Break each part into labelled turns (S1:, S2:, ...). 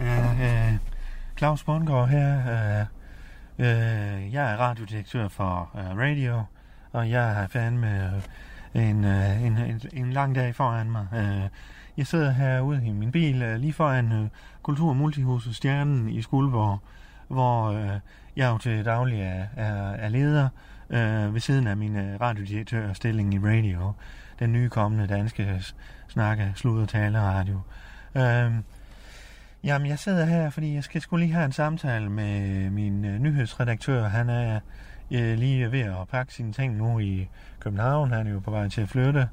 S1: Øh, øh, Claus Bundgaard her. Øh, øh, jeg er radiodirektør for øh, Radio, og jeg har fandme øh, en, øh, en, en, en lang dag foran mig. Øh, jeg sidder herude i min bil øh, lige foran øh, Kultur- og Multihuset Stjernen i Skuldborg, hvor øh, jeg jo til daglig er, er, er leder øh, ved siden af min øh, radiodirektørstilling i Radio, den nye kommende danske s- snakke, sludder, taleradio. Øh, Jamen, jeg sidder her, fordi jeg skal skulle lige have en samtale med min øh, nyhedsredaktør. Han er øh, lige ved at pakke sine ting nu i København. Han er jo på vej til at flytte.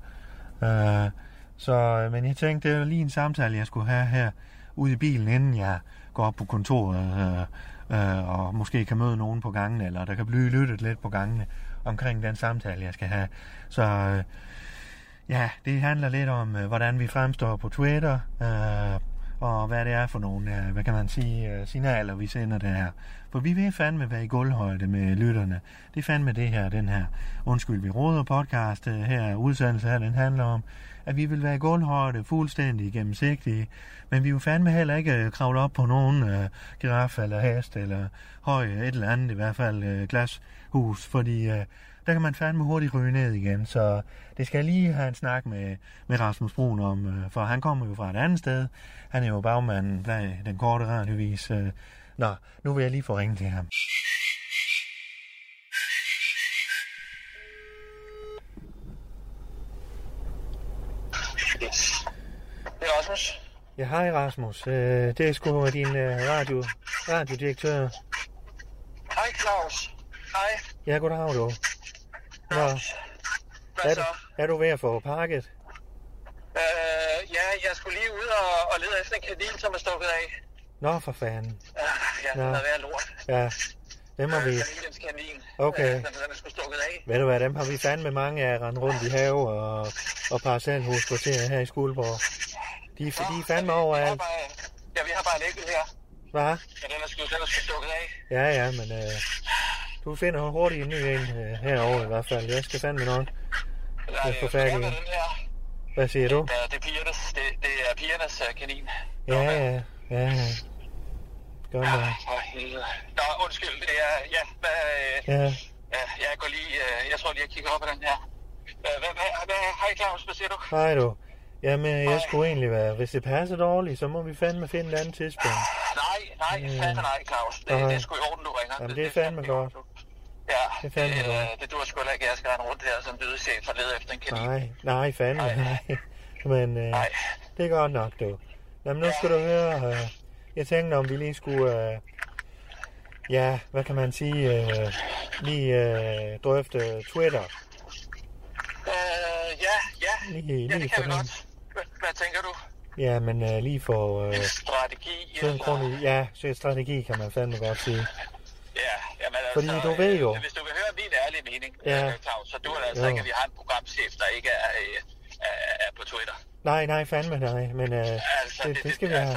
S1: Øh, så, øh, men jeg tænkte, det var lige en samtale, jeg skulle have her ude i bilen, inden jeg går op på kontoret øh, øh, og måske kan møde nogen på gangen, eller der kan blive lyttet lidt på gangene omkring den samtale, jeg skal have. Så øh, ja, det handler lidt om, øh, hvordan vi fremstår på Twitter, øh, og hvad det er for nogle, øh, hvad kan man sige, øh, signaler, vi sender det her. For vi vil fandme være i gulvhøjde med lytterne. Det er fandme det her, den her, undskyld, vi råder podcast øh, her, udsendelse her, den handler om, at vi vil være i gulvhøjde, fuldstændig gennemsigtige, men vi vil fandme heller ikke øh, kravle op på nogen øh, giraf eller hest eller høj, øh, et eller andet, i hvert fald øh, glashus, fordi øh, der kan man fandme hurtigt ryge ned igen, så det skal jeg lige have en snak med, med Rasmus Brun om, øh, for han kommer jo fra et andet sted. Han er jo bagmanden bag den korte radiovis. Øh. Nå, nu vil jeg lige få ringet til ham.
S2: Det er Rasmus.
S1: Ja, hej Rasmus. Øh, det er sgu din øh, radio, radiodirektør.
S2: Hej Claus. Hej.
S1: Ja, goddag du. Nå,
S2: Claus. Hvad
S1: er,
S2: så?
S1: du- er du ved at få pakket?
S2: Øh, ja, jeg skulle lige ud og, og lede efter en kanin, som er stukket af.
S1: Nå, for fanden.
S2: Ah, ja, den
S1: Nå.
S2: har været lort. Øh,
S1: Ja, dem har vi...
S2: Familiens kanin.
S1: Okay.
S2: Øh, den, den er sgu stukket af.
S1: Ved du hvad, dem har vi fandme mange af rendt rundt i have og, og parcelhuskvarteret her i Skuldborg. De, er- de er fandme
S2: Jeg
S1: overalt.
S2: har bare, ja, vi har bare en enkelt her.
S1: Hva?
S2: Ja, den er sgu, den er sgu stukket af.
S1: Ja, ja, men øh, du finder hurtigt en ny en øh, herovre i hvert fald. Jeg skal fandme nok.
S2: Det
S1: er forfærdeligt.
S2: Øh, den her.
S1: Hvad siger du?
S2: Ja, det er pigernes, det, det er pigernes øh, kanin.
S1: Ja, ja, ja, ja. Gør mig.
S2: For helvede. Nå, undskyld, det er, ja, hvad, øh,
S1: Ja.
S2: ja, jeg går lige, øh, jeg tror lige, jeg kigger op på den her. Øh, Hvad, hvad, hvad, hej Claus, hvad siger du?
S1: Hej du. Jamen, jeg
S2: Hej.
S1: skulle egentlig være, hvis det passer dårligt, så må vi fandme finde et andet tidspunkt.
S2: Nej, nej,
S1: Mm.
S2: fandme nej, Claus. Det,
S1: Nej.
S2: det er sgu i orden, du ringer.
S1: Jamen, det er fandme godt.
S2: Ja,
S1: Det er fandme
S2: det,
S1: godt. Ah,
S2: øh, det duer sgu heller ikke, at jeg skal rende rundt her som bydeschef og lede efter en kanin.
S1: Nej, nej, fandme
S2: Nej.
S1: nej. Men øh,
S2: Nej.
S1: det er godt nok, du. Jamen, nu skal du høre, øh, jeg tænkte, om vi lige skulle, øh, ja, hvad kan man sige, øh, lige øh, drøfte Twitter.
S2: Øh, ja, ja,
S1: Lige-
S2: ja,
S1: lige
S2: det kan
S1: for
S2: vi
S1: den.
S2: godt. Hvad, hvad tænker du?
S1: Ja, men øh, lige få øh,
S2: En strategi?
S1: sådan en kronik. Ja, så et strategi kan man fandme godt sige.
S2: Ja, jamen, altså,
S1: Fordi du ved jo-
S2: øh, Hvis du vil høre min ærlige mening,
S1: Ja.
S2: ja. Claus, så duer det altså
S1: Jo.
S2: ikke, at vi har en programchef, der ikke er, øh, er, er på Twitter.
S1: Nej, nej, fandme nej, men øh,
S2: Altså,
S1: det, det skal vi have.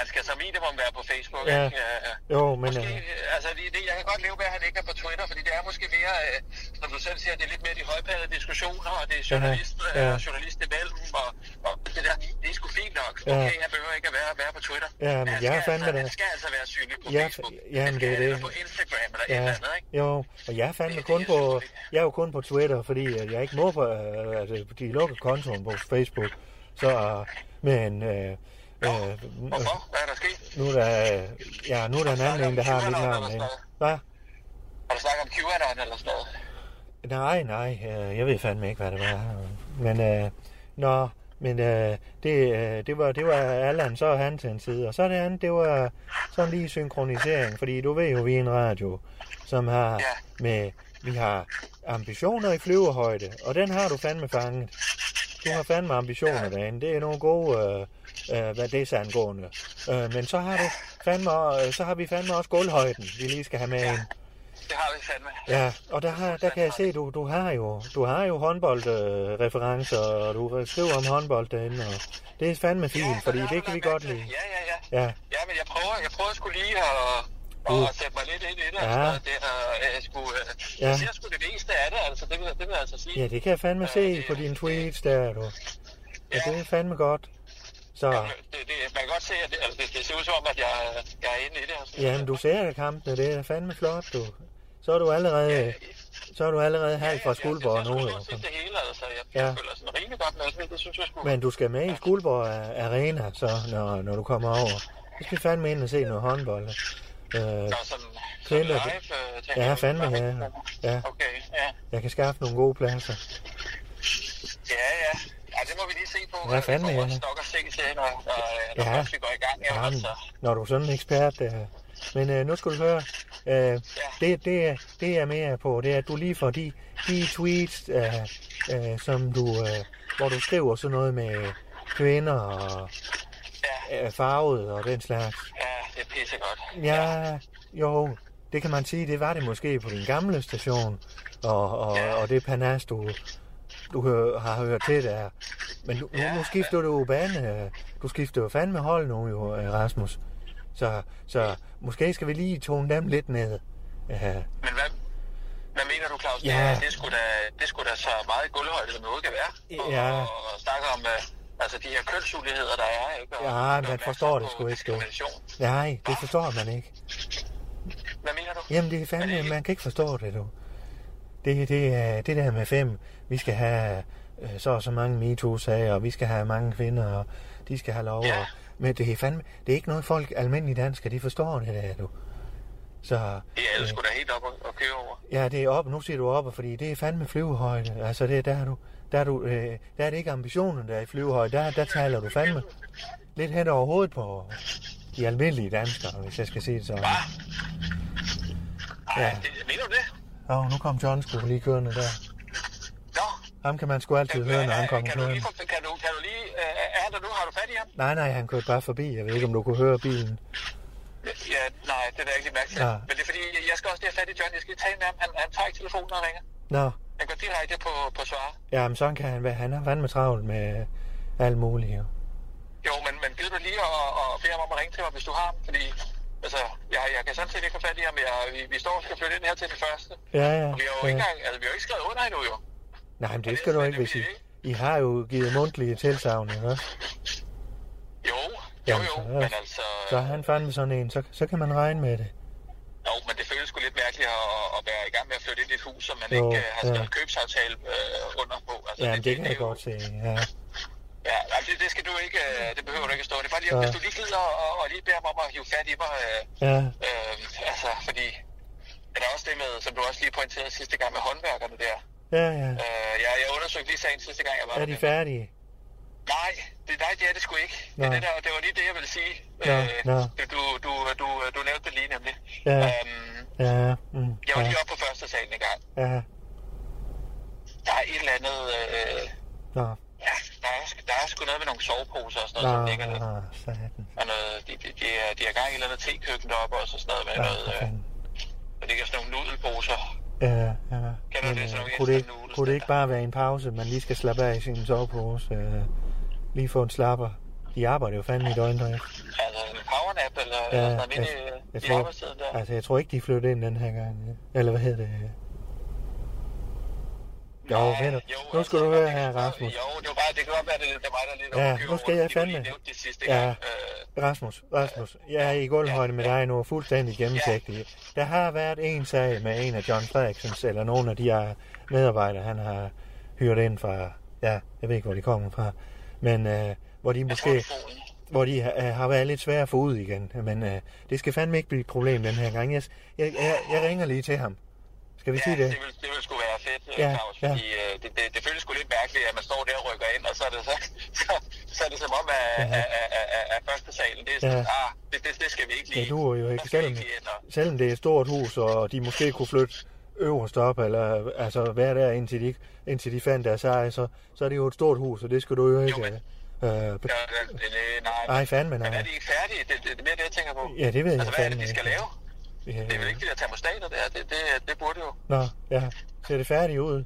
S2: han skal som minimum være på Facebook,
S1: Ja.
S2: ikke? Øh,
S1: Jo, men
S2: Måske,
S1: øh,
S2: øh, altså, det, det, jeg kan godt leve med, at han ikke er på Twitter, fordi det er måske mere, øh, som du selv siger, det er lidt mere de højpadede diskussioner, og det er journalist,
S1: Ja,
S2: ja,
S1: ja.
S2: ja. Øh, journalist imellem, og, og det der, det er sgu fint nok.
S1: Ja.
S2: Okay, han behøver ikke at være, være på Twitter.
S1: Ja, men
S2: han
S1: jeg er
S2: skal
S1: fandme
S2: altså,
S1: da-
S2: Han skal altså være synlig på
S1: Ja,
S2: Facebook.
S1: ja, men
S2: Han skal
S1: det er det.
S2: Eller på Instagram eller ja. et
S1: ja,
S2: eller andet, ikke?
S1: jo, og jeg er fandme
S2: Det-
S1: kun
S2: det er
S1: på,
S2: selvfølgelig-
S1: jeg er jo kun på Twitter, fordi øh, jeg ikke må på, øh, altså, de lukker kontoen på Facebook, så, øh, men, øh, øh,
S2: Hvorfor? Hvad er der sket?
S1: nu er der, øh, ja, nu er der en anden en, der har mit navn inde. Hvad?
S2: Har du snakket om QAnon eller sådan noget?
S1: Nej, nej, øh, jeg ved fandme ikke, hvad det var. Men, øh, nå, men øh, det, øh, det, var, det var Allan, så han til en side. Og så det andet, det var sådan lige synkronisering, fordi du ved jo, vi er en radio, som har
S2: Ja.
S1: med, vi har ambitioner i flyvehøjde, og den har du fandme fanget. du har fandme ambitioner derinde. Det er nogle gode, øh, øh, hvad det er angående. Øh, men så har, du fandme, øh, så har vi fandme også gulvhøjden, vi lige skal have med ind.
S2: Det har vi fandme.
S1: Ja, og der, har, der kan jeg se, du, du har jo, du har jo håndboldreferencer, øh, og du skriver om håndbold derinde, og det er fandme
S2: Ja,
S1: fint,
S2: så
S1: fordi
S2: der har
S1: det
S2: du
S1: kan vi
S2: lagt
S1: godt
S2: mærke til.
S1: lide.
S2: Ja, ja, ja.
S1: Ja,
S2: Ja, men jeg prøver, jeg prøver sgu lige at,
S1: Uh.
S2: uh. at sætte mig lidt ind i det,
S1: Ja.
S2: ja. og det har jeg sgu... øh,
S1: Ja.
S2: Jeg ser sgu det meste af det, altså, det vil, det vil jeg altså sige.
S1: ja, det kan jeg fandme se på dine tweets der, du. Ja, det er fandme godt. Så,
S2: Det, det, man kan godt se, at det, altså, det, det ser ud som om, at jeg, jeg er inde i det. Altså.
S1: jamen, du ser kampene, det er fandme flot, du. Så er du allerede, så er du allerede halvt fra Skuldborg nu,
S2: Jeg har
S1: jo.
S2: set det hele, altså. Jeg,
S1: Ja.
S2: ja. jeg føler sådan rimelig godt med det. Det synes jeg sgu...
S1: Men du skal med i Skuldborg A- Arena, så, når, når du kommer over. Så skal vi fandme ind og se noget håndbold. Øh,
S2: Nå, sådan, sådan
S1: Kvinder,
S2: live... øh, tænker
S1: ja,
S2: jeg.
S1: fandme, ja. Ja,
S2: Okay, ja.
S1: jeg kan skaffe nogle gode pladser.
S2: Ja, ja. Ja, det må vi lige se på.
S1: Ja, fandme,
S2: ja.
S1: ja.
S2: Stok og se til, når, når, når
S1: Ja.
S2: først vi går i gang. Ja,
S1: Jamen,
S2: altså.
S1: når du er sådan en ekspert. Øh. Men øh, nu skal du høre, øh, det, det, er- det jeg er mere på, det er, at du lige får de, de tweets, øh, øh, som du, øh, hvor du skriver sådan noget med kvinder og øh, farvet og den slags.
S2: Ja, det er pissegodt.
S1: Ja, jo, det kan man sige, det var det måske på din gamle station, og, og,
S2: Ja.
S1: og det panas, du, du hø- har hørt til der. Men nu, nu- nu skifter du jo bane, øh, du skifter jo fandme hold nu jo, øh, Rasmus. Så, så måske skal vi lige tone dem lidt ned. Øh, Ja,
S2: Men hvad, hvad mener du, Claus? Det,
S1: Ja.
S2: er- det, er sgu da, det er sgu da så meget guldhøjde, som noget kan være. Og,
S1: Ja.
S2: og, og snakke om øh, altså de her kønsuligheder, der er. Ikke? Og,
S1: Ja,
S2: gøre
S1: man
S2: opmærksom
S1: forstår det
S2: på
S1: sgu ikke, du.
S2: diskrimination.
S1: nej, det forstår man ikke.
S2: Hvad mener du?
S1: Jamen det er fandme, man kan ikke forstå det du. Det, det, er- det der med fem, vi skal have øh, så og så mange MeToo-sager, og vi skal have mange kvinder, og de skal have lov.
S2: Ja.
S1: Og, men det er fandme, det er ikke noget folk, almindelige danskere, de forstår det der du. Så
S2: Det er alle sgu da helt op og, og køre over.
S1: ja, det er op, nu siger du op, fordi det er fandme flyvehøjde. Altså det, er der er du, der er, du, øh, der er det ikke ambitionen, der er i flyvehøjde, der, der taler du fandme lidt hen over hovedet på de almindelige danskere, hvis jeg skal sige det sådan.
S2: Ej,
S1: Ja.
S2: ja. det, mener du det?
S1: Åh, nu kom John sgu lige kørende der.
S2: Nå. øh,
S1: Ham kan man sgu altid høre, når han kommer
S2: kan, du
S1: kørende.
S2: lige, få- kan, du, kan du lige... Øh, er han der nu? Har du fat i ham?
S1: Nej, nej, han kørte bare forbi. Jeg ved ikke, om du kunne høre bilen.
S2: Ja, nej, det er jeg ikke lige mærke til.
S1: Nej.
S2: Men det er fordi, jeg- jeg skal også lige have fat i John. Jeg skal lige tale med ham. Han, han tager ikke telefonen, når han ringer.
S1: Nå,
S2: Han går direkte på, på svare.
S1: jamen sådan kan han være. Han har fandme travlt med alt muligt. jo.
S2: Jo, men, men gider du lige at, at bede ham om at ringe til mig, hvis du har ham? Fordi altså, jeg, jeg kan sådan set ikke få fat i ham. Jeg, vi, vi står og skal flytte ind her til den første.
S1: Ja, ja.
S2: Og vi har jo ikke
S1: ja.
S2: engang, altså, vi har jo ikke skrevet under endnu, jo.
S1: Nej, men det skal du ikke, hvis I... I har jo givet mundtlige tilsavn, ikke også?
S2: Jo, jo,
S1: Jamen,
S2: jo,
S1: så er-
S2: men altså...
S1: Så er han fandme sådan en, så, så kan man regne med det.
S2: Jo, men det føles sgu lidt mærkeligt at, at være i gang med at flytte ind i et hus, som man
S1: Jo,
S2: ikke øh, har
S1: ja.
S2: skrevet købsaftale øh, under på. Altså,
S1: Jamen, det kan
S2: er
S1: jeg
S2: jo-
S1: godt se, ja.
S2: Ja, altså, det, det, skal du ikke, øh, det behøver du ikke at stå. Det er bare lige,
S1: Ja.
S2: hvis du lige gider og, og lige beder mig om at hive fat i mig, øh,
S1: Ja,
S2: øh, altså, fordi er der er også det med, som du også lige pointerede sidste gang med håndværkerne der.
S1: ja, ja.
S2: Øh, jeg, jeg undersøgte lige sagen sidste gang, jeg var
S1: Er de
S2: der.
S1: færdige?
S2: Nej, det, nej, det er det sgu ikke. Det,
S1: Nå.
S2: er det, der, det var lige det, jeg ville sige.
S1: Nå, nå.
S2: Du, du, du, du, du nævnte det lige nemlig.
S1: Ja.
S2: Øhm,
S1: Ja, mm,
S2: jeg var
S1: ja,
S2: lige oppe på første salen en gang.
S1: ja.
S2: Der er et eller andet... Øh,
S1: Nå,
S2: ja, der er, sgu- der er sgu noget med nogle soveposer og sådan noget,
S1: nå,
S2: som ligger der.
S1: nå, satan.
S2: og noget, de, de, de, er, de har gang i et eller andet tekøkken deroppe også, og sådan noget med
S1: Ja,
S2: noget,
S1: for
S2: øh,
S1: fanden.
S2: der ligger sådan nogle nudelposer.
S1: Ja, ja.
S2: Kender
S1: Men,
S2: det, sådan
S1: øh,
S2: nogle
S1: kunne, det, ikke-
S2: instant noodles,
S1: kunne det
S2: den
S1: ikke
S2: der?
S1: bare være en pause, man lige skal slappe af i sin sovepose? Øh, lige få en slapper. De arbejder jo fandme i døgndrift.
S2: Altså en powernap eller, ja, eller sådan noget midt i, i arbejdstiden der.
S1: altså, jeg tror ikke, de flytter ind den her gang. Eller hvad hedder det? Jo,
S2: Nej,
S1: ved du. Nu skal
S2: altså,
S1: du høre
S2: det kan
S1: her,
S2: godt-
S1: Rasmus.
S2: Jo, det var bare, det kan godt være, det, det er mig, der er lidt
S1: Ja,
S2: overkører
S1: nu skal
S2: over
S1: jeg
S2: det. Det var lige
S1: fandme-
S2: nævnt det sidste
S1: Ja.
S2: gang. Øh,
S1: Rasmus, Rasmus, jeg er i gulvhøjde med dig nu, og fuldstændig gennemsigtig. Der har været en sag med en af John Frederiksens, eller nogle af de her medarbejdere, han har hyret ind fra, ja, jeg ved ikke, hvor de kommer fra, men øh, hvor de
S2: jeg tror,
S1: måske,
S2: det er foden.
S1: hvor de øh, har været lidt svære at få ud igen, men øh, det skal fandme ikke blive et problem den her gang. Jeg, jeg, jeg, jeg ringer lige til ham. Skal vi
S2: Ja,
S1: sige det?
S2: det ville, det ville sgu være fedt,
S1: Ja,
S2: ja, Claus,
S1: ja.
S2: fordi øh, det, det, det føles sgu lidt mærkeligt, at man står der og rykker ind, og så er det, så, så, så er det som om, at,
S1: Ja.
S2: ja. at, at, at, at, at første salen, det er sådan,
S1: Ja.
S2: ah, det, det, det skal vi ikke
S1: Det
S2: lige.
S1: duer jo ikke,
S2: Der skal vi
S1: selvom,
S2: ikke lige ind og-
S1: selvom det er et stort hus, og de måske kunne flytte øverst op, eller altså være der, indtil de, ikke- indtil de fandt deres eje, så, så er det jo et stort hus, og det skal du jo ikke...
S2: men-
S1: øh, øh,
S2: Ja, det, det, nej,
S1: Ej, fandme
S2: men er
S1: nej.
S2: de ikke færdige? Det, det, det er mere det, jeg tænker på.
S1: Ja, det ved jeg
S2: altså, hvad er det,
S1: fandme
S2: de skal
S1: ikke.
S2: lave?
S1: Ja,
S2: Det er vel ikke de der termostater der, det, det, det burde jo.
S1: Nå, ja. Ser det færdigt ud?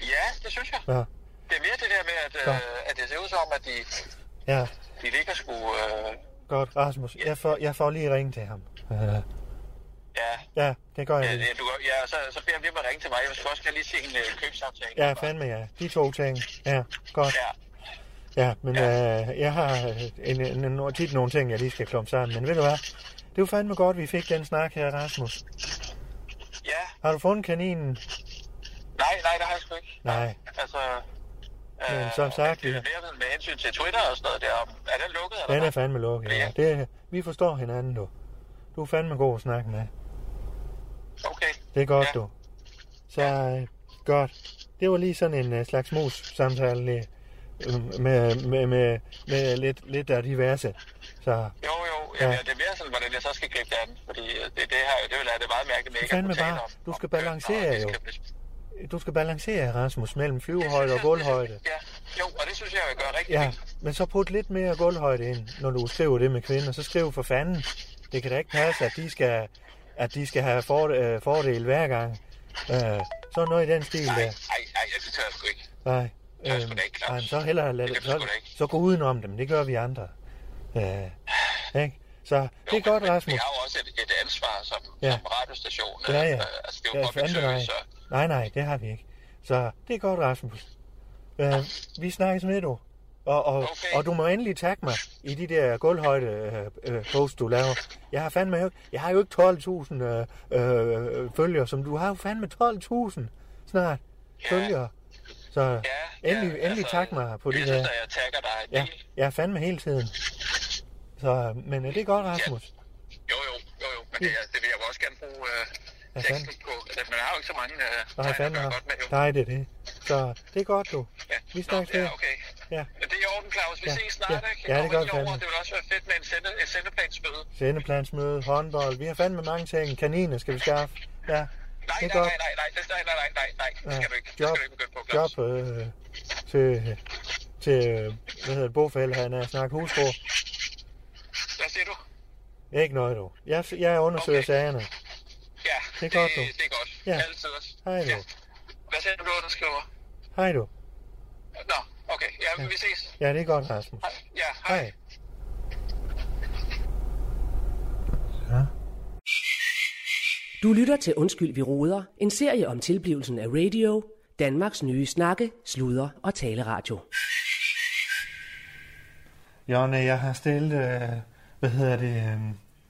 S2: Ja, det synes jeg.
S1: Nå,
S2: Det er mere det der med, at, øh, at det ser ud som, at de,
S1: ja.
S2: de ligger sgu... Øh,
S1: Godt, Rasmus. Jeg får, jeg får lige ringe til ham. Øh,
S2: ja,
S1: ja, det gør jeg
S2: ja,
S1: lige.
S2: ja, du, gør- ja, så, så beder jeg dem om at ringe til mig. Jeg skal også lige se en øh, købsaftale.
S1: Ja, fandme ja. De to ting. Ja, godt.
S2: Ja,
S1: Ja, men øh, jeg har øh, en, en, en, tit nogle ting, jeg lige skal klumpe sammen. Men ved du hvad? Det var fandme godt, vi fik den snak her, Rasmus.
S2: ja.
S1: Har du fundet kaninen?
S2: Nej, nej, det har jeg sgu ikke.
S1: Nej.
S2: Altså...
S1: Men som sagt,
S2: det
S1: ja.
S2: er mere med hensyn til Twitter og sådan noget der. om- Er den lukket? Eller
S1: Den er
S2: hvad?
S1: fandme lukket. Ja.
S2: Ja.
S1: Det, vi forstår hinanden, du. Du er fandme god at snakke med.
S2: Okay.
S1: Det er godt, ja.
S2: Ja.
S1: du. Så øh, godt. Det var lige sådan en øh, slags mus-samtale lige, øh, med, med, med, med lidt, lidt af diverse. Så
S2: Jo, jo.
S1: Ja.
S2: Ja. Ja, det er mere sådan, hvordan jeg så skal gribe det an. Fordi øh, det, det, her, det vil jeg det er meget mærkeligt med, at jeg
S1: fandme
S2: kunne tale
S1: bare-
S2: om.
S1: du skal
S2: om, øh,
S1: balancere
S2: og det
S1: jo.
S2: skal blive-
S1: du skal balancere, Rasmus, mellem
S2: Det
S1: flyvehøjde og
S2: synes jeg- det synes jeg-
S1: gulvhøjde.
S2: Ja, jo, og det synes jeg, jeg gør rigtig
S1: Ja,
S2: fint.
S1: men så put lidt mere gulvhøjde ind, når du skriver det med kvinder. Så skriv for fanden. Det kan da ikke passe, at de skal, at de skal have for, øh, fordel hver gang. Øh, sådan noget i den stil
S2: Nej,
S1: der.
S2: nej, nej, ja, det tør jeg sgu ikke.
S1: Nej.
S2: er sgu da ikke, Claus.
S1: nej, men så hellere lad,
S2: Det kan vi
S1: så,
S2: sgu da ikke.
S1: så gå udenom dem. Det gør vi andre. Øh, ikke? Så det er
S2: Jo,
S1: godt,
S2: men- men
S1: Rasmus.
S2: Vi har jo også et, et ansvar som,
S1: Ja.
S2: ja. som radiostation.
S1: Ja, ja.
S2: øh, Altså, det er jo
S1: Ja,
S2: public
S1: fandme nej.
S2: service, så...
S1: Nej, nej, det har vi ikke. Så det er godt, Rasmus. Øh, vi snakkes med, du. Og, og,
S2: Okay.
S1: og du må endelig takke mig i de der gulvhøjde øh, øh, posts, du laver. Jeg har fandme jo, jeg har jo ikke 12.000 øh, øh, følgere, som du har jo fandme 12.000 snart
S2: Ja.
S1: følgere. Så
S2: Ja,
S1: endelig,
S2: ja, altså,
S1: endelig tak mig på det
S2: jeg
S1: der.
S2: synes, at jeg takker dig en
S1: Ja,
S2: del.
S1: jeg er fandme hele tiden. Så, men øh, det er godt, Rasmus.
S2: Jo, jo, jo, jo, men det, det vil jeg jo også gerne bruge øh,
S1: Ja,
S2: teksten på. Altså, man har jo ikke så mange øh,
S1: Nej,
S2: tegn at
S1: fandme.
S2: gøre godt med, jo.
S1: Nej, det er det. Så det er godt, du.
S2: Ja.
S1: Vi
S2: Nå,
S1: snakkes ved.
S2: Ja, okay.
S1: Ja.
S2: Men det er i orden, Claus. Vi
S1: Ja,
S2: ja. ses snart,
S1: ja.
S2: ikke?
S1: Ja, det
S2: kommer
S1: gør
S2: lige
S1: vi
S2: over.
S1: fandme.
S2: Det vil også være fedt med en, sende, en sendeplansmøde.
S1: Sendeplansmøde, håndbold. Vi har fandme mange ting. Kaniner skal vi skaffe. Ja, det er
S2: Nej, nej,
S1: godt.
S2: nej, nej, nej, det- nej, nej, nej, nej, nej, det skal du ikke, det
S1: job,
S2: skal du ikke begynde på, Claus.
S1: job øh, til, til, øh, hvad hedder det, bofælde, han er snakket husbro.
S2: Hvad siger du?
S1: Ikke noget, du. Jeg, jeg undersøger okay.
S2: Okay.
S1: sagerne.
S2: Ja,
S1: Det er godt, du.
S2: Det, det er godt.
S1: Ja.
S2: Ja. Altid også.
S1: Hej, du.
S2: Ja. Hvad siger du, du underskriver?
S1: Hej, du.
S2: Nå, okay. Ja, vi ses.
S1: Ja, det er godt, Rasmus.
S2: Hej. Ja, hej.
S1: Hej. Ja.
S3: Du lytter til Undskyld, vi roder, en serie om tilblivelsen af radio, Danmarks nye snakke, sludre og taleradio.
S1: Jonna, jeg har stillet, øh, hvad hedder det, øh,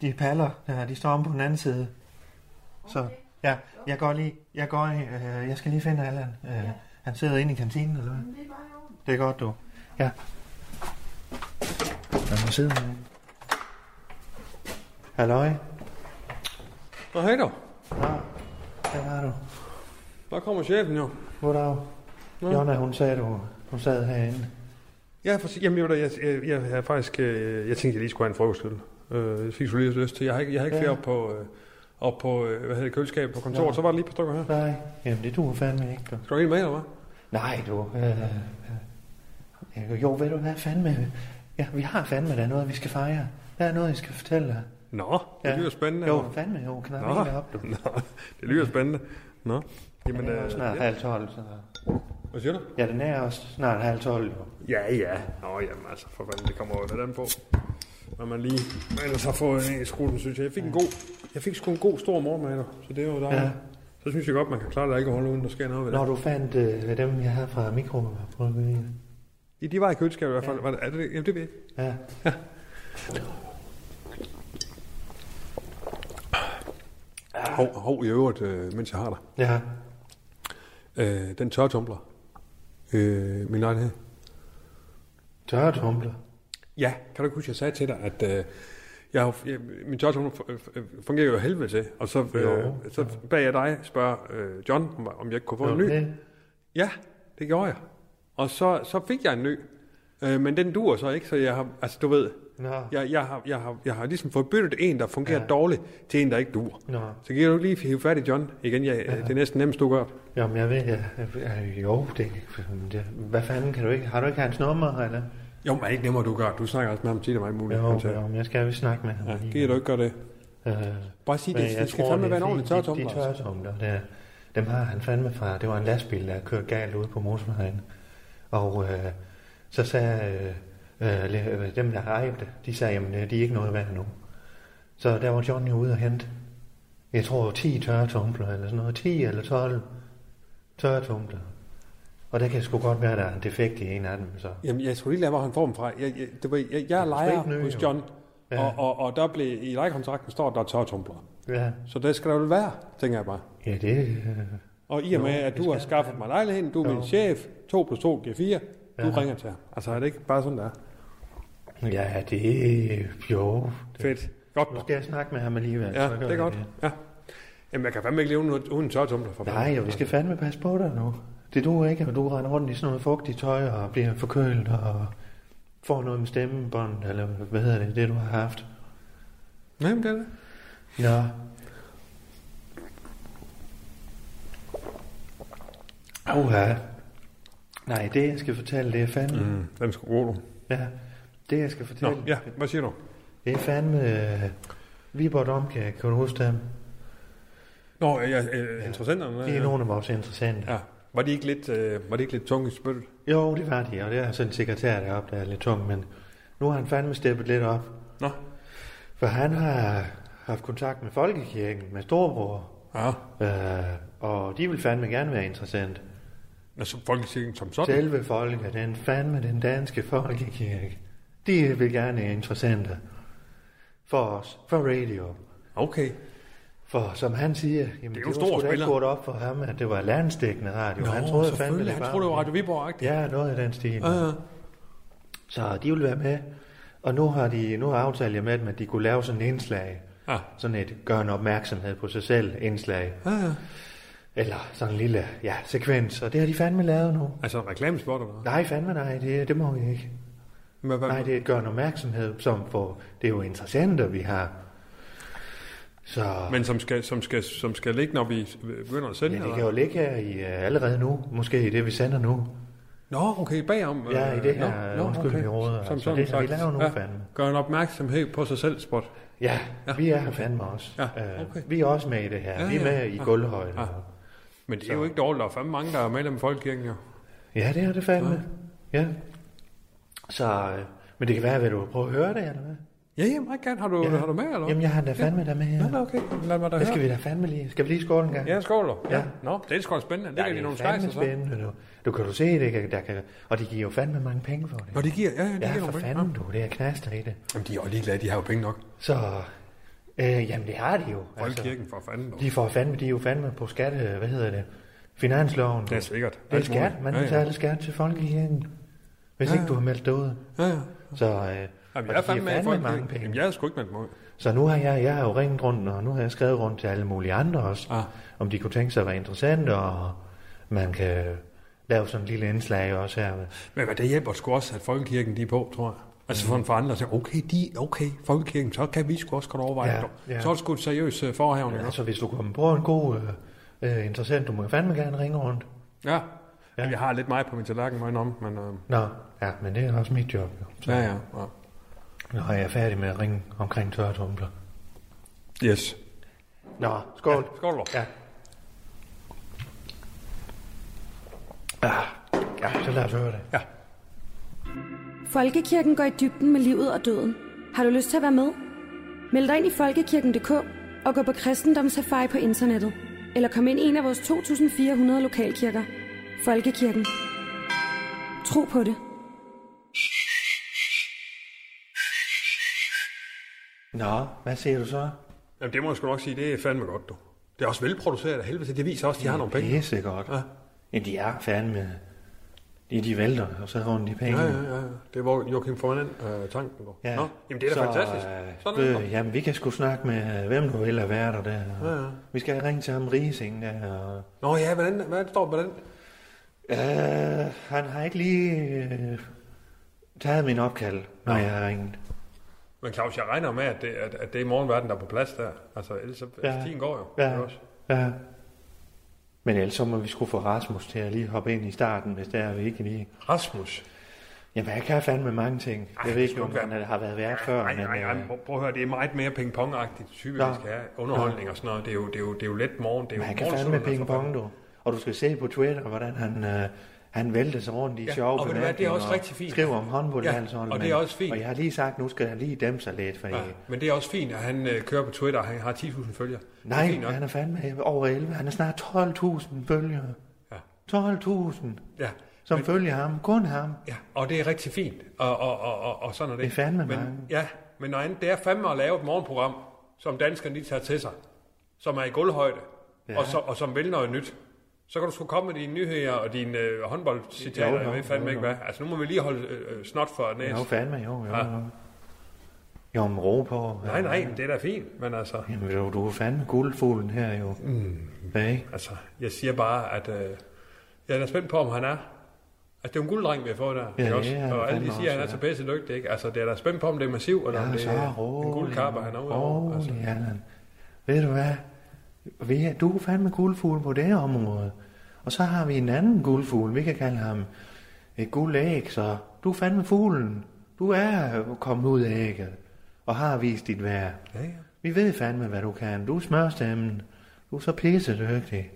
S1: de paller, der, de står om på den anden side. Okay. Så ja, jeg går lige, jeg går lige, øh, jeg skal lige finde Allan. Øh, ja. Han sidder inde i kantinen, eller hvad? Det er bare Det er godt, du. Ja. Lad mig sidde med Halløj.
S4: Nå, hej dog.
S1: Hvad har du?
S4: Der kommer chefen jo.
S1: Goddag.
S4: Nå.
S1: Jonna, hun sagde, du, hun sad herinde.
S4: Ja, for, jamen, jeg, jeg, jeg, jeg, jeg, faktisk, øh, jeg tænkte, jeg lige skulle have en frokost til. Øh, det fik du lige lyst til. Jeg har ikke, jeg har ikke
S1: Ja.
S4: ja. flere op på, øh, op på øh, hvad hedder det, køleskab på kontoret.
S1: Nå.
S4: Så var der lige et par stykker her.
S1: Nej, jamen det duer fandme ikke, du.
S4: Skal du en med, eller hvad?
S1: Nej, du. Øh, øh, jo, ved du hvad, fandme. Ja, vi har fandme der er noget, vi skal fejre. Der er noget, jeg skal fortælle dig.
S4: Nå, det
S1: Ja.
S4: lyder spændende.
S1: Jo,
S4: eller?
S1: fandme, jo, kan
S4: Nå,
S1: jeg op.
S4: Nå, det lyder spændende. Nå,
S1: Men
S4: jamen,
S1: det er jo
S4: øh,
S1: snart
S4: ja.
S1: halv tolv, så...
S4: hvad siger du?
S1: Ja, den er også snart halv tolv, jo.
S4: Ja, ja. Nå, jamen altså, for fanden, det kommer jo lidt an på. Når man lige, man ellers har fået en skru, den synes jeg. Jeg fik en god, jeg fik sgu en god stor morgenmad, dog, så det er jo dejligt.
S1: Ja.
S4: Ja. Så synes jeg godt, man kan klare det alkohol, uden der sker noget ved det.
S1: Når du fandt øh, dem, jeg havde fra mikrobryggeriet.
S4: De, de var i køleskabet i hvert fald. Ja. Er det, jamen, det ved jeg ikke.
S1: Ja.
S4: Hov, hov, i øvrigt, øh, mens jeg har dig.
S1: Ja.
S4: Øh, den tørretumbler. Øh, min lejlighed.
S1: Tørretumbler.
S4: Ja, kan du ikke huske, jeg sagde til dig, at øh, jeg, har jo- jeg, min tørretumbler f- f- fungerer jo af helvede til. Og så,
S1: Jo.
S4: øh, så bag jeg dig spørger øh, John, om, om jeg ikke kunne få en ny.
S1: det?
S4: Ja, det gjorde jeg. Og så, så fik jeg en ny. Øh, men den duer så ikke, så jeg har... Altså, du ved,
S1: Nå.
S4: Jeg, jeg, har, jeg, har, jeg har ligesom forbyttet en, der fungerer ja. dårligt, til en, der ikke duer.
S1: Nå.
S4: Så kan du ikke lige hive fat i John igen. Jeg, ja. Det er næsten nemmest, du gør. det.
S1: Jamen, jeg ved, jeg, jeg, jo, det, det, hvad fanden kan du ikke, har du ikke hans nummer, eller?
S4: Jo, men er det ikke nemmere, du gør. det? Du snakker også med ham tit og meget muligt.
S1: Jo,
S4: Jo,
S1: jo, men jeg skal jo snakke med ham.
S4: ja.
S1: lige.
S4: Gider du ikke gøre det?
S1: Øh,
S4: Bare sig
S1: men
S4: det.
S1: jeg
S4: Det skal
S1: tror,
S4: fandme
S1: det
S4: være en
S1: er
S4: ordentlig
S1: fordi,
S4: tørretumler. altså.
S1: De, de tørretumler, der, dem har han fandme fra. Det var en lastbil, der kørte galt ude på motorvejen. Og øh, så sagde øh, øh, le- øh, dem, der ejede det, de sagde, jamen øh, de er ikke noget værd nu. Så der var Johnny ude og hente, jeg tror 10 tørretumbler eller sådan noget. 10 eller 12 tørretumbler. Og der kan sgu godt være, der er en defekt i en af dem. Så.
S4: Jamen, jeg skulle lige lade, hvor han får dem fra. Jeg, jeg, det var, jeg, jeg er lejer
S1: ikke nø,
S4: hos
S1: jo.
S4: John,
S1: Ja.
S4: ja. og, og, og der blev, i lejekontrakten står, at der er tørretumbler.
S1: Ja,
S4: Så det skal der vel være, tænker jeg bare.
S1: ja det... Øh,
S4: Og i og med, at
S1: det
S4: du har
S1: skal
S4: skaffet mig lejligheden, du er min chef, 2 plus 2 giver 4, du
S1: Ja.
S4: ringer til ham. Altså, er det ikke bare sådan, der
S1: ja, det... Jo.
S4: Fedt. Godt.
S1: Nu skal jeg snakke med ham alligevel.
S4: Ja,
S1: så gør
S4: det er
S1: jeg
S4: godt. Ja. Jamen, jeg kan fandme ikke leve uden, uden tørretumbler. For
S1: Nej, og vi skal fandme passe på dig nu. Det du ikke, og du render rundt i sådan noget fugtigt tøj og bliver forkølet og får noget med stemmebånd, eller hvad hedder det, det du har haft.
S4: Nej, men det er det.
S1: Nå. Oha. Nej, det jeg skal fortælle, det er fandme... Mm.
S4: Mm. Den skal bruge du.
S1: Ja, det jeg skal
S4: Nå,
S1: fortælle,
S4: ja, hvad siger du?
S1: det er fandme... Øh, Viborg Domkær, kan du huske dem?
S4: Nå, ja, ja, interessanterne.
S1: Det er
S4: ja.
S1: nogle af vores interessenter.
S4: Ja. Var de ikke lidt, øh, var de ikke lidt tunge i spyttet?
S1: Jo, det var de, og det er sådan en sekretær deroppe, der er lidt tung, men nu har han fandme steppet lidt op.
S4: Nå.
S1: For han har haft kontakt med Folkekirken, med Storbror,
S4: Ja.
S1: øh, og de vil fandme gerne være interessant.
S4: Nå, så folkekirken som sådan.
S1: Selve folket, den fandme den danske folkekirke, de vil gerne være interessante for os, for radio.
S4: Okay.
S1: For som han siger, jamen,
S4: jo
S1: det,
S4: en
S1: var
S4: stor
S1: sgu da ikke
S4: spiller.
S1: gået op for ham, at det var landstækkende radio.
S4: Nå,
S1: han troede fandme,
S4: selvfølgelig.
S1: det
S4: Han
S1: var,
S4: troede, det var Radio Viborg, ikke?
S1: Ja, noget af den stil.
S4: Ja, ja.
S1: Så de vil være med. Og nu har de nu har aftalt jeg med dem, at de kunne lave sådan en indslag.
S4: Ja.
S1: Sådan et gør en opmærksomhed på sig selv indslag.
S4: Ja, ja.
S1: Eller sådan en lille ja, sekvens. Og det har de fandme lavet nu.
S4: Altså en reklamespot eller hvad?
S1: Nej, fandme nej, det, det må vi ikke.
S4: Men hvad-
S1: Nej, det er et gør en opmærksomhed, som for, det er jo interessant, at vi har. Så
S4: Men som skal, som, skal, som skal ligge, når vi begynder at sende?
S1: ja, det
S4: eller?
S1: kan jo ligge her i, uh, allerede nu, måske i det, vi sender nu.
S4: Nå, okay, bagom. øh,
S1: Ja, i det her,
S4: nå, nå,
S1: undskyld, vi råder,
S4: Som
S1: altså,
S4: sådan
S1: det har vi
S4: sagt.
S1: lavet nu,
S4: Ja.
S1: fandme.
S4: Gør en opmærksomhed på sig selv, spot.
S1: Ja, ja. vi er her fandme også.
S4: Ja,
S1: Øh,
S4: okay.
S1: vi er også med i det her.
S4: Ja,
S1: Ja, vi er
S4: ja,
S1: med i
S4: ja.
S1: gulvhøjde.
S4: Ja.
S1: Ja.
S4: Men det er
S1: Så.
S4: jo ikke dårligt, der er fandme mange, der er medlem af Folkekirken, jo.
S1: Ja, det er det fandme. Ja. Så, øh, men det kan være, at du prøve at høre det, eller hvad?
S4: Ja, ja, meget gerne. Har du,
S1: Ja.
S4: har du med, eller hvad?
S1: Jamen, jeg har da fandme der med her.
S4: Nå, nå, okay. Lad mig da
S1: Hvad
S4: høre.
S1: skal vi da fandme lige? Skal vi lige skåle en gang?
S4: Ja, skål. dog.
S1: Ja.
S4: Nå, det er sgu da spændende. Det
S1: Ja,
S4: kan de
S1: er
S4: nogle
S1: fandme
S4: skejser, så.
S1: spændende, du. Du kan du se, det kan, der kan, og de giver jo fandme mange penge for det.
S4: Nå, det giver, ja, ja, det
S1: ja,
S4: giver
S1: for
S4: nogle penge.
S1: fanden, Altså, du. Det er knaster i det.
S4: Jamen, de er jo ligeglade, de har jo penge nok.
S1: Så, øh, jamen, det har de jo. Altså,
S4: Folkekirken for fanden. dog.
S1: de får fandme, de er jo fandme på skatte, hvad hedder det? Finansloven.
S4: Det er sikkert.
S1: Det er
S4: Alt
S1: skat.
S4: muligt.
S1: Man
S4: Ja, ja.
S1: betaler skat til folkekirken. Hvis ikke du har meldt dig ud.
S4: Ja, ja.
S1: Så, øh, Jamen,
S4: Jamen, jeg er fandme med i
S1: mange
S4: Folkekirken.
S1: penge.
S4: Jamen, jeg er sgu ikke med dem ud.
S1: Så nu har jeg, jeg har jo ringet rundt, og nu har jeg skrevet rundt til alle mulige andre også,
S4: Ah.
S1: om de kunne tænke sig at være interessante, og man kan lave sådan en lille indslag også her.
S4: Men hvad, det hjælper sgu også, at Folkekirken de er på, tror jeg. Altså for en forandrer sig, okay, de, okay, Folkekirken, så kan vi sgu også godt overveje
S1: Ja,
S4: det.
S1: ja.
S4: Så er det sgu et seriøst uh, forhavn, ikke?
S1: Altså hvis du kommer på en god øh, øh, interessant, du må jo fandme gerne ringe rundt.
S4: Ja. ja. Jeg har lidt meget på min tallerken, må jeg om, men uh,
S1: Nå, ja, men det er også mit job jo. Så
S4: ja, ja, ja.
S1: nu er jeg færdig med at ringe omkring tørretumbler.
S4: Yes.
S1: Nå, skål. Ja,
S4: Skål, dog.
S1: Ja. Ah, ja, så lad os høre det.
S4: Ja.
S5: Folkekirken går i dybden med livet og døden. Har du lyst til at være med? Meld dig ind i folkekirken.dk og gå på kristendomssafari på internettet. Eller kom ind i en af vores 2.400 lokalkirker. Folkekirken. Tro på det.
S1: Nå, hvad siger du så?
S4: Jamen, det må jeg sgu nok sige, det er fandme godt, du. Det er også velproduceret af helvede til. Det viser også, at de har nogle penge.
S1: Pisse godt.
S4: Ja.
S1: Ja, de er fandme... De, de vælter, og så får de penge.
S4: Ja, ja, ja. Det var Joachim Fornand, øh, tanken. Du.
S1: Ja.
S4: Nå, jamen, det er da
S1: så,
S4: fantastisk. Sådan
S1: Øh,
S4: er det.
S1: øh, jamen, vi kan sgu snakke med øh, hvem du vil og være der. der. Ja, ja. Vi skal ringe til ham Riesing der. Og,
S4: Nå ja, hvordan, hvad står der på den?
S1: øh, han har ikke lige øh, taget min opkald, når jeg har ringet.
S4: Men Claus, jeg regner med, at det, at, at det er morgenverden, der er på plads der. Altså, ellers så, ja. tiden går jo.
S1: Ja,
S4: Ikke også?
S1: ja. Men ellers så må vi skulle få Rasmus til at lige hoppe ind i starten, hvis det er, vi ikke lige...
S4: Rasmus.
S1: Jamen, jeg kan fandme mange ting.
S4: Ej,
S1: jeg
S4: det
S1: ved ikke,
S4: skulle
S1: om
S4: ikke
S1: han
S4: være-
S1: har været vært før,
S4: Nej,
S1: men... øh,
S4: nej, nej, prøv- prøv at høre, det er meget mere pingpong-agtigt type,
S1: Nå.
S4: vi skal have. Underholdning og sådan noget. Det er jo, det er jo, det er jo let morgen. Det er jo
S1: Men han kan
S4: morgenstunden,
S1: fandme
S4: altså, for
S1: ping-pong, du. Og du skal se på Twitter, hvordan han, øh, han vælter sig rundt i
S4: Ja,
S1: ja, sjove
S4: og ved du hvad, det er
S1: bemærkninger
S4: også
S1: og
S4: rigtig fint.
S1: Skriver om håndboldlandsholdet.
S4: Ja, og det er
S1: men-
S4: også fint.
S1: Og jeg har lige sagt, nu skal han lige dæmpe sig lidt, for ja.
S4: Ja, men det er også fint, at han øh, kører på Twitter, og han har 10.000 følgere.
S1: Nej,
S4: det er fint nok.
S1: han er fandme over 11. Han er snart 12.000 følgere.
S4: Ja.
S1: 12.000,
S4: Ja,
S1: som
S4: Men-
S1: men... følger ham. Kun ham.
S4: ja, og det er rigtig fint, og, og, og, og, og sådan er det.
S1: Det er fandme mange.
S4: men, Ja, men noget andet, det er fandme at lave et morgenprogram, som danskerne lige tager til sig, som er i gulvhøjde, ja. og, som, og som vil noget nyt. Så kan du sgu komme med dine nyheder og dine øh, håndboldcitater,
S1: Jo,
S4: jeg
S1: jo,
S4: ved fandme
S1: jo,
S4: ikke
S1: jo.
S4: hvad. Altså nu må vi lige holde øh, øh, snot for næsen.
S1: Jo, fandme, jo, jo.
S4: Ja.
S1: Ja. Jo, men ro på.
S4: Ah. Nej, nej, men det er da fint, men altså,
S1: Jamen, du, du er fandme guldfuglen her, jo. Mm. Ja, ikke?
S4: altså jeg siger bare, at øh, jeg er da spændt på, om han er. Altså, det er jo en gulddreng, vi har fået der.
S1: Ja, det
S4: ikke også?
S1: er han
S4: og alle de
S1: fandme
S4: siger, at han er
S1: også,
S4: så
S1: ja.
S4: bedst i lygte, ikke? Altså, det er da spændt på, om det er massiv, eller om
S1: Ja,
S4: det
S1: så
S4: er en
S1: rolig.
S4: guldkapper, han er ude over.
S1: Rolig,
S4: Altså,
S1: Allan. Ved du hvad? Vi er, du er fandme guldfugl på det her område. Og så har vi en anden guldfugl. Vi kan kalde ham et guldæg, så du er fandme fuglen. Du er kommet ud af ægget og har vist dit værd.
S4: ja, ja.
S1: Vi ved fandme, hvad du kan. Du er smørstemmen. Du er så pissedygtig.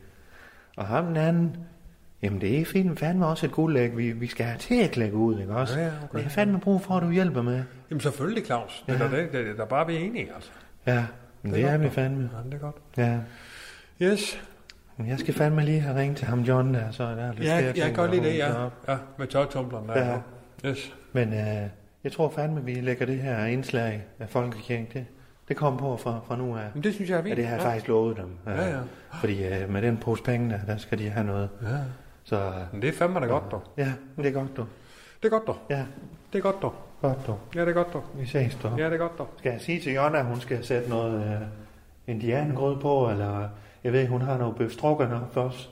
S1: Og ham den anden, jamen det er fint, fandme også et guldæg. Vi, vi skal have til at klække ud, ikke også?
S4: Ja, ja, okay.
S1: Vi har fandme brug for, at du hjælper med.
S4: Jamen, selvfølgelig, Claus. Det er da det, det, er da bare, vi er enige, altså.
S1: Ja, men det, det
S4: er
S1: er
S4: godt,
S1: vi
S4: dog.
S1: fandme.
S4: Ja, det er godt.
S1: Ja,
S4: Yes,
S1: men jeg skal fandme lige have ringet til ham John der, så der er lidt
S4: ja,
S1: flere
S4: jeg
S1: ting,
S4: kan godt
S1: der
S4: lide det,
S1: hober sig
S4: ja.
S1: op.
S4: Ja, med tørtumbleren der.
S1: Ja.
S4: Yes.
S1: Men øh, jeg tror fandme, vi lægger det her indslag af Folkekirken, det, det kommer på fra, fra nu af.
S4: Men det synes jeg er fint.
S1: Ja, det har jeg faktisk lovet dem. Øh,
S4: Ja, ja.
S1: Fordi øh, med den pose penge der, der skal de have noget.
S4: Ja.
S1: Så øh,
S4: Men det er fandme da godt, dog.
S1: ja, det er godt du.
S4: Det er godt, dog.
S1: Ja,
S4: Det er godt, dog.
S1: godt du.
S4: Ja, det er godt, dog.
S1: Vi ses du.
S4: Ja, det er godt, dog.
S1: Skal jeg sige til Jonna, at hun skal sætte noget øh, indianergrød på, eller jeg ved, hun har noget bøfstrukker nok for os.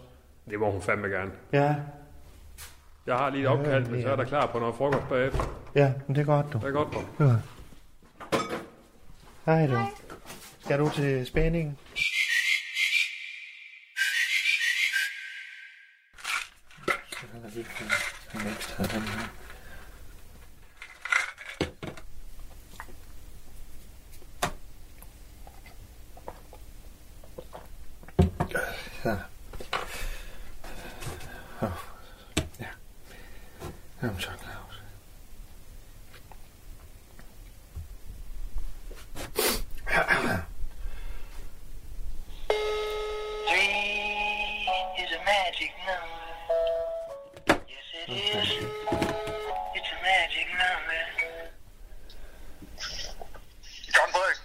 S4: Det må hun fandme gerne.
S1: Ja,
S4: Jeg har lige et opkald, men så er der klar på noget frokost bagefter.
S1: ja, men det er godt du.
S4: Det er godt, dog.
S1: Ja. Hej du. Skal du til spænding? Ja. Ja. Jamen så, Claus.
S6: Three is a magic number. Yes, it is. It's a magic number.
S2: John Frederik.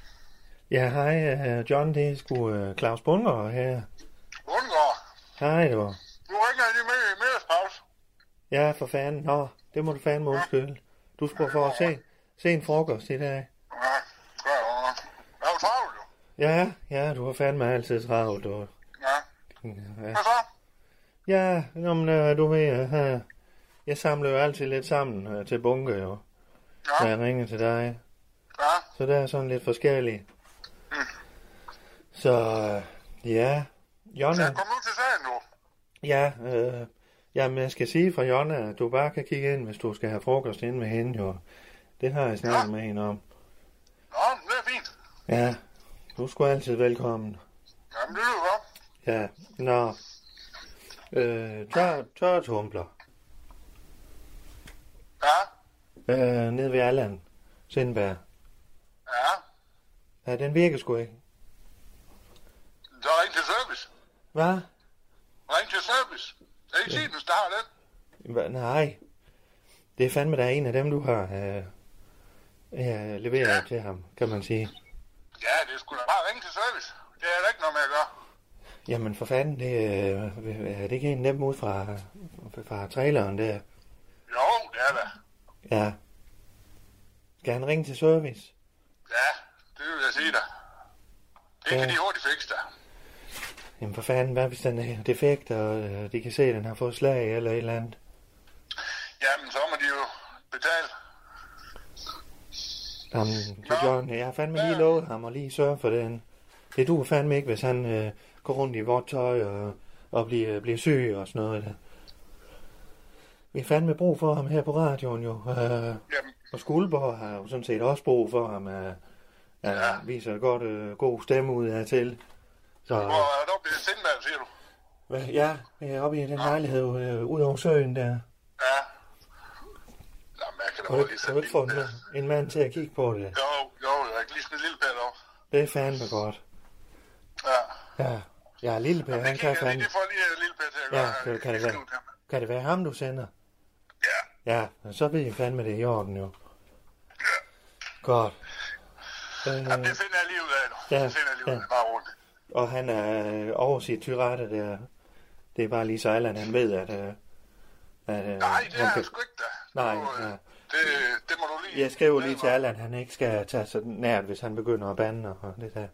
S1: Ja, hej, øh, John, det er sgu øh, Claus Bunger her.
S2: Undgaard.
S1: Hej, du.
S2: Nu ringer jeg lige med i middagspause.
S1: Ja, for fanden. Nå, det må du fandme undskylde. Du skulle få se, se en frokost i dag.
S2: Ja, det er jo nok. Jeg er jo travlt jo.
S1: Ja, ja, du har fandme altid travlt, du.
S2: Ja.
S1: Ja,
S2: Hvad så?
S1: ja nå, men, øh, du ved, øh, øh, jeg samler jo altid lidt sammen øh, til bunke, jo,
S2: Ja,
S1: når jeg ringer til dig.
S2: ja.
S1: Så der er sådan lidt forskellige. Så, øh, ja.
S2: Jeg
S1: Jonna,
S2: kom nu til sagen jo.
S1: ja, øh, jamen, jeg skal sige fra Jonna, at du bare kan kigge ind, hvis du skal have frokost ind med hende, jo. Det har jeg snakket med hende om.
S2: Nå, men det er fint.
S1: Ja, du er sgu altid velkommen.
S2: Jamen, det lyder godt.
S1: Ja, nå. Øh, tør, tør tumbler.
S2: Ja,
S1: Øh, nede ved Allan. Sindberg.
S2: ja.
S1: Ja, den virker sgu ikke.
S2: Så ring til service.
S1: Hvad?
S2: Ring til service. Det er ikke Siemens, der har den.
S1: Hva? Nej. Det er fandme, der er en af dem, du har øh, ja, leveret
S2: Ja.
S1: til ham, kan man sige.
S2: Ja, det skulle da bare ringe til service. Det er der ikke noget med at gøre.
S1: Jamen for fanden, det, øh, er det ikke en af dem ud fra, fra traileren der?
S2: Jo, det er der.
S1: Ja. Skal han ringe til service?
S2: Ja, det vil jeg sige dig. Det kan
S1: Ja.
S2: de hurtigt fikse dig.
S1: Jamen for fanden, hvad hvis den er defekt, og øh, de kan se, at den har fået slag eller et eller andet?
S2: Jamen, så må de jo betale.
S1: Jamen, du John, jeg har fandme lige lovet ham at lige sørge for den. Det du fandme ikke, hvis han øh, går rundt i vort tøj og, og bliver, øh, bliver syg og sådan noget. Der. Vi har fandme brug for ham her på radioen jo. Øh,
S2: Jamen,
S1: og Skuldborg har jo sådan set også brug for ham. Øh, ja, viser godt øh, god stemme ud af til. Så, øh,
S2: hvor er der blevet sindmand, siger du?
S1: hvad, ja, jeg er oppe i den lejlighed øh, ud over søen der.
S2: Ja. Jamen, jeg kan da
S1: Kan du
S2: godt
S1: ikke- kan
S2: lige sætte
S1: du ikke få en,
S2: lidt-
S1: en mand til at kigge på det?
S2: Jo, jo, jeg kan lige sådan en lille pæl op.
S1: Det er fandme godt.
S2: Ja.
S1: Ja, ja lille Per, han
S2: Det kan
S1: kan
S2: jeg
S1: fandme.
S2: lige, det får lige en lille pæl til at
S1: Ja,
S2: gøre.
S1: det kan det være.
S2: Skriv til ham.
S1: Kan det være ham, du sender?
S2: Ja,
S1: Ja, men så ved jeg fandme, det er i orden jo. Godt.
S2: Jamen,
S1: Øh,
S2: det finder jeg lige ud af nu.
S1: Ja,
S2: Det finder jeg lige ud af,
S1: ja.
S2: bare roligt.
S1: og han er øh, over sit tyrette der. Det er bare lige så Allan, han ved, at... Øh, at øh,
S2: Nej, det
S1: han
S2: er
S1: kan-
S2: jeg sgu ikke da.
S1: Nej,
S2: Nu, øh,
S1: ja.
S2: det, det må du lige...
S1: Jeg skriver lige
S2: lade
S1: til
S2: mig.
S1: Allan, han ikke skal tage så nært, hvis han begynder at bande og det der.
S2: Ja,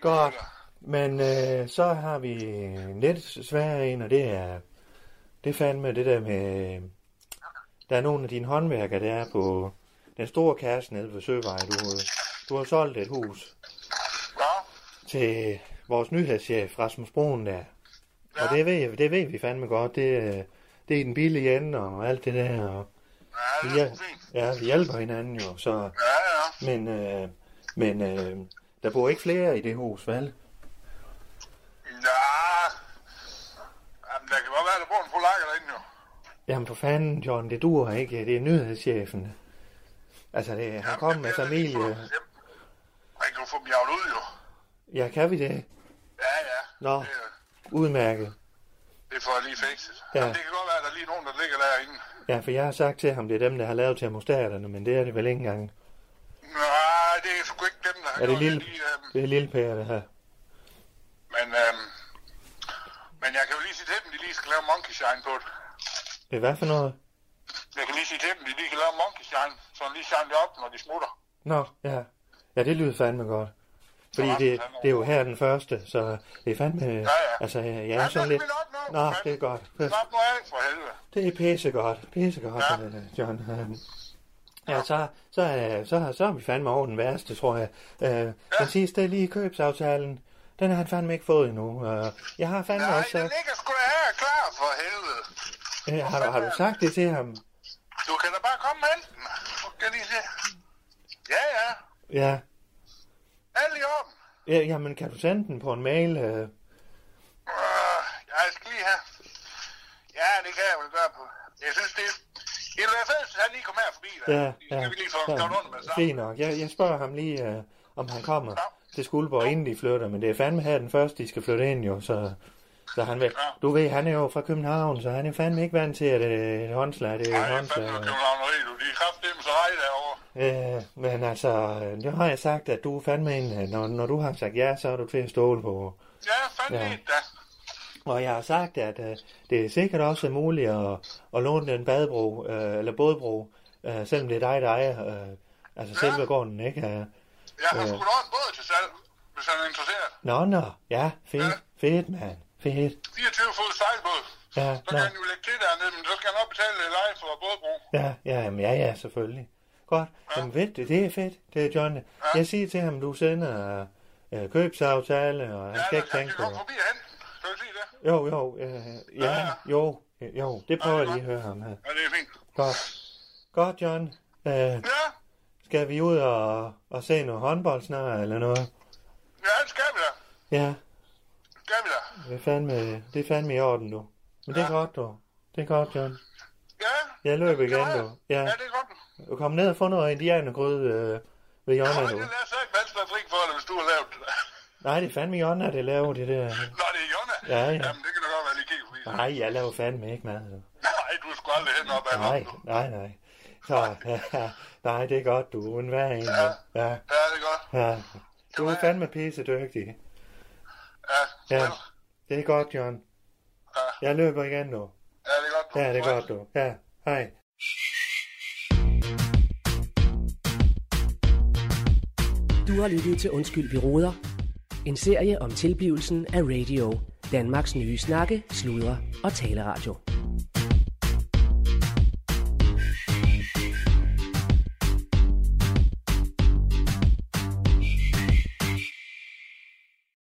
S1: Godt. Men øh, så har vi en lidt sværere en, og det er, det er fandme det der med, der er nogle af dine håndværkere, der er på den store kasse nede ved Søvej. Du, du har solgt et hus
S2: ja,
S1: til vores nyhedschef, Rasmus Broen der. Og det ved, det ved vi fandme godt, det, øh, det er i den billige ende og alt det der. Og
S2: ja
S1: vi,
S2: det er
S1: hjæl-
S2: sgu fint.
S1: ja, vi hjælper hinanden jo, så...
S2: Ja, ja.
S1: Men, øh, men øh, der bor ikke flere i det hus, vel?
S2: Ja. Jamen, der kan godt være, der bor en polakker derinde jo.
S1: Jamen for fanden, John, det duer ikke. Det er nyhedschefen. Altså, det, han kom med familie.
S2: Man kan jo få dem javnet ud jo.
S1: Ja, kan vi det?
S2: Ja, ja.
S1: Nå.
S2: Det, øh,
S1: Udmærket.
S2: det får jeg lige fikset.
S1: Ja.
S2: Ja. Jamen, det kan godt være, at der er lige nogen, der ligger derinde.
S1: Ja, for jeg har sagt til ham, det er dem, der har lavet termostaterne, men det er det vel ikke engang.
S2: Nej, det er sgu ikke dem, der har
S1: Er det
S2: gjort
S1: lille,
S2: De, øhm,
S1: det er lille Per, det her?
S2: men, øhm, men jeg kan jo lige sige til dem, de lige skal lave monkey shine på det.
S1: Det er hvad for noget?
S2: Jeg kan lige sige til dem, de lige kan lave monkey shine, så de lige shine det op, når de smutter.
S1: Nå, ja. Ja, det lyder fandme godt. Fordi det, det er jo her den første, så det er fandme... Ja, Altså, jeg er sådan lidt... Nå, det er godt.
S2: Slap nu af, for helvede.
S1: Det er pissegodt, pissegodt,
S2: Ja.
S1: ja. John. Øhm, Ja, så, så, øh, så, så er vi fandme over den værste, tror jeg. Øh, Den sidste er lige købsaftalen. Den har han fandme ikke fået endnu. Øh, Jeg har fandme
S2: Nej,
S1: også
S2: den
S1: sagt...
S2: ligger sgu da her klar, for helvede.
S1: Øh, Har, du- har du sagt det til ham?
S2: Du kan da bare komme og hente den. Nu kan jeg lige se. Ja, ja.
S1: Ja.
S2: Alt i orden.
S1: Ja, Jamen, kan du sende den på en mail? Øh,
S2: Øh, jeg skal lige have. Ja, det kan jeg vel gøre på. Jeg synes, det er... Det er da fedt, at han lige kom her forbi. Der.
S1: Ja,
S2: Så
S1: ja.
S2: kan vi lige få ham
S1: Ja,
S2: skrevet under med det samme.
S1: Fint nok. Jeg, jeg spørger ham lige, øh, om han kommer
S2: Ja.
S1: til Skuldborg, inden de flytter. Men det er fandme her den første, de skal flytte ind jo, så... Så han vil, du ved, han er jo fra København, så han er fandme ikke vant til, at øh, et håndslag, det er
S2: Nej,
S1: et
S2: jeg fandt
S1: håndslag.
S2: jo
S1: og-
S2: københavneri, du. De er kraftedeme så rej derovre.
S1: Øh, men altså, øh, nu har jeg sagt, at du er fandme en, øh, når, når du har sagt ja, så er du til at stole på.
S2: Ja, fandme
S1: Ja.
S2: ja. da.
S1: Og jeg har sagt, at øh, det er sikkert også muligt at, at låne den badebro, øh, eller bådbro, øh, selvom det er dig, der ejer, øh, altså
S2: Ja.
S1: selve gården, ikke? Øh,
S2: Jeg har
S1: Ja.
S2: sgu da en båd til salg, hvis han er interesseret.
S1: nå, nå, ja, fedt, fedt, mand, fedt,
S2: 24 fod sejlbåd.
S1: ja,
S2: Så
S1: nå,
S2: kan han jo lægge til dernede, men så skal han nok betale leje for bådbro.
S1: ja, ja, jamen, ja, ja, selvfølgelig. Godt, jamen ved det, det er fedt, det er John. Jeg siger til ham, du sender øh, købsaftale, og han skal ikke
S2: han
S1: tænke
S2: kan
S1: på
S2: komme
S1: det.
S2: forbi og hente. Skal du sige det?
S1: Jo, jo, øh, ja,
S2: ja.
S1: jo, øh, jo, det prøver
S2: Ja,
S1: jeg
S2: det er
S1: lige at høre ham her.
S2: Ja, det er fint.
S1: Godt, Godt John. Øh,
S2: Ja,
S1: skal vi ud og, og se noget håndbold snart, eller noget?
S2: ja, det skal vi da.
S1: Ja,
S2: Det skal vi da.
S1: det er fandme, det er fandme i orden, du. Men det er godt, du. Det er godt, John.
S2: Ja.
S1: Jeg løber
S2: det
S1: igen,
S2: er
S1: du.
S2: det.
S1: Ja,
S2: Ja, det er godt.
S1: du kom ned og få noget indianergrød øh, ved
S2: Nå,
S1: Jonna,
S2: det
S1: du.
S2: lader sig ikke vanskeligt at drikke for dig, hvis du har lavet det.
S1: Nej, det er fandme Jonna, det laver det der.
S2: Nå, det er Jonna.
S1: Ja, ja.
S2: Jamen, det kan da godt være, at jeg lige kigge forbi.
S1: Nej, jeg laver fandme ikke mad, du.
S2: Nej, du skal aldrig hen op ad
S1: Nej,
S2: ham, du.
S1: nej, nej. Så, ja, nej, det er godt, du. En hver en, du. Ja,
S2: Ja, det er godt.
S1: ja. Du er fandme pisse dygtig.
S2: Ja,
S1: Ja,
S2: vel.
S1: det er godt, John.
S2: Ja.
S1: Jeg løber igen nu.
S2: ja, det er godt, du.
S1: Ja, det er godt, du. Ja, hej.
S3: Du har lyttet til Undskyld, vi råder. En serie om tilblivelsen af radio. Danmarks nye snakke, sludre og taleradio.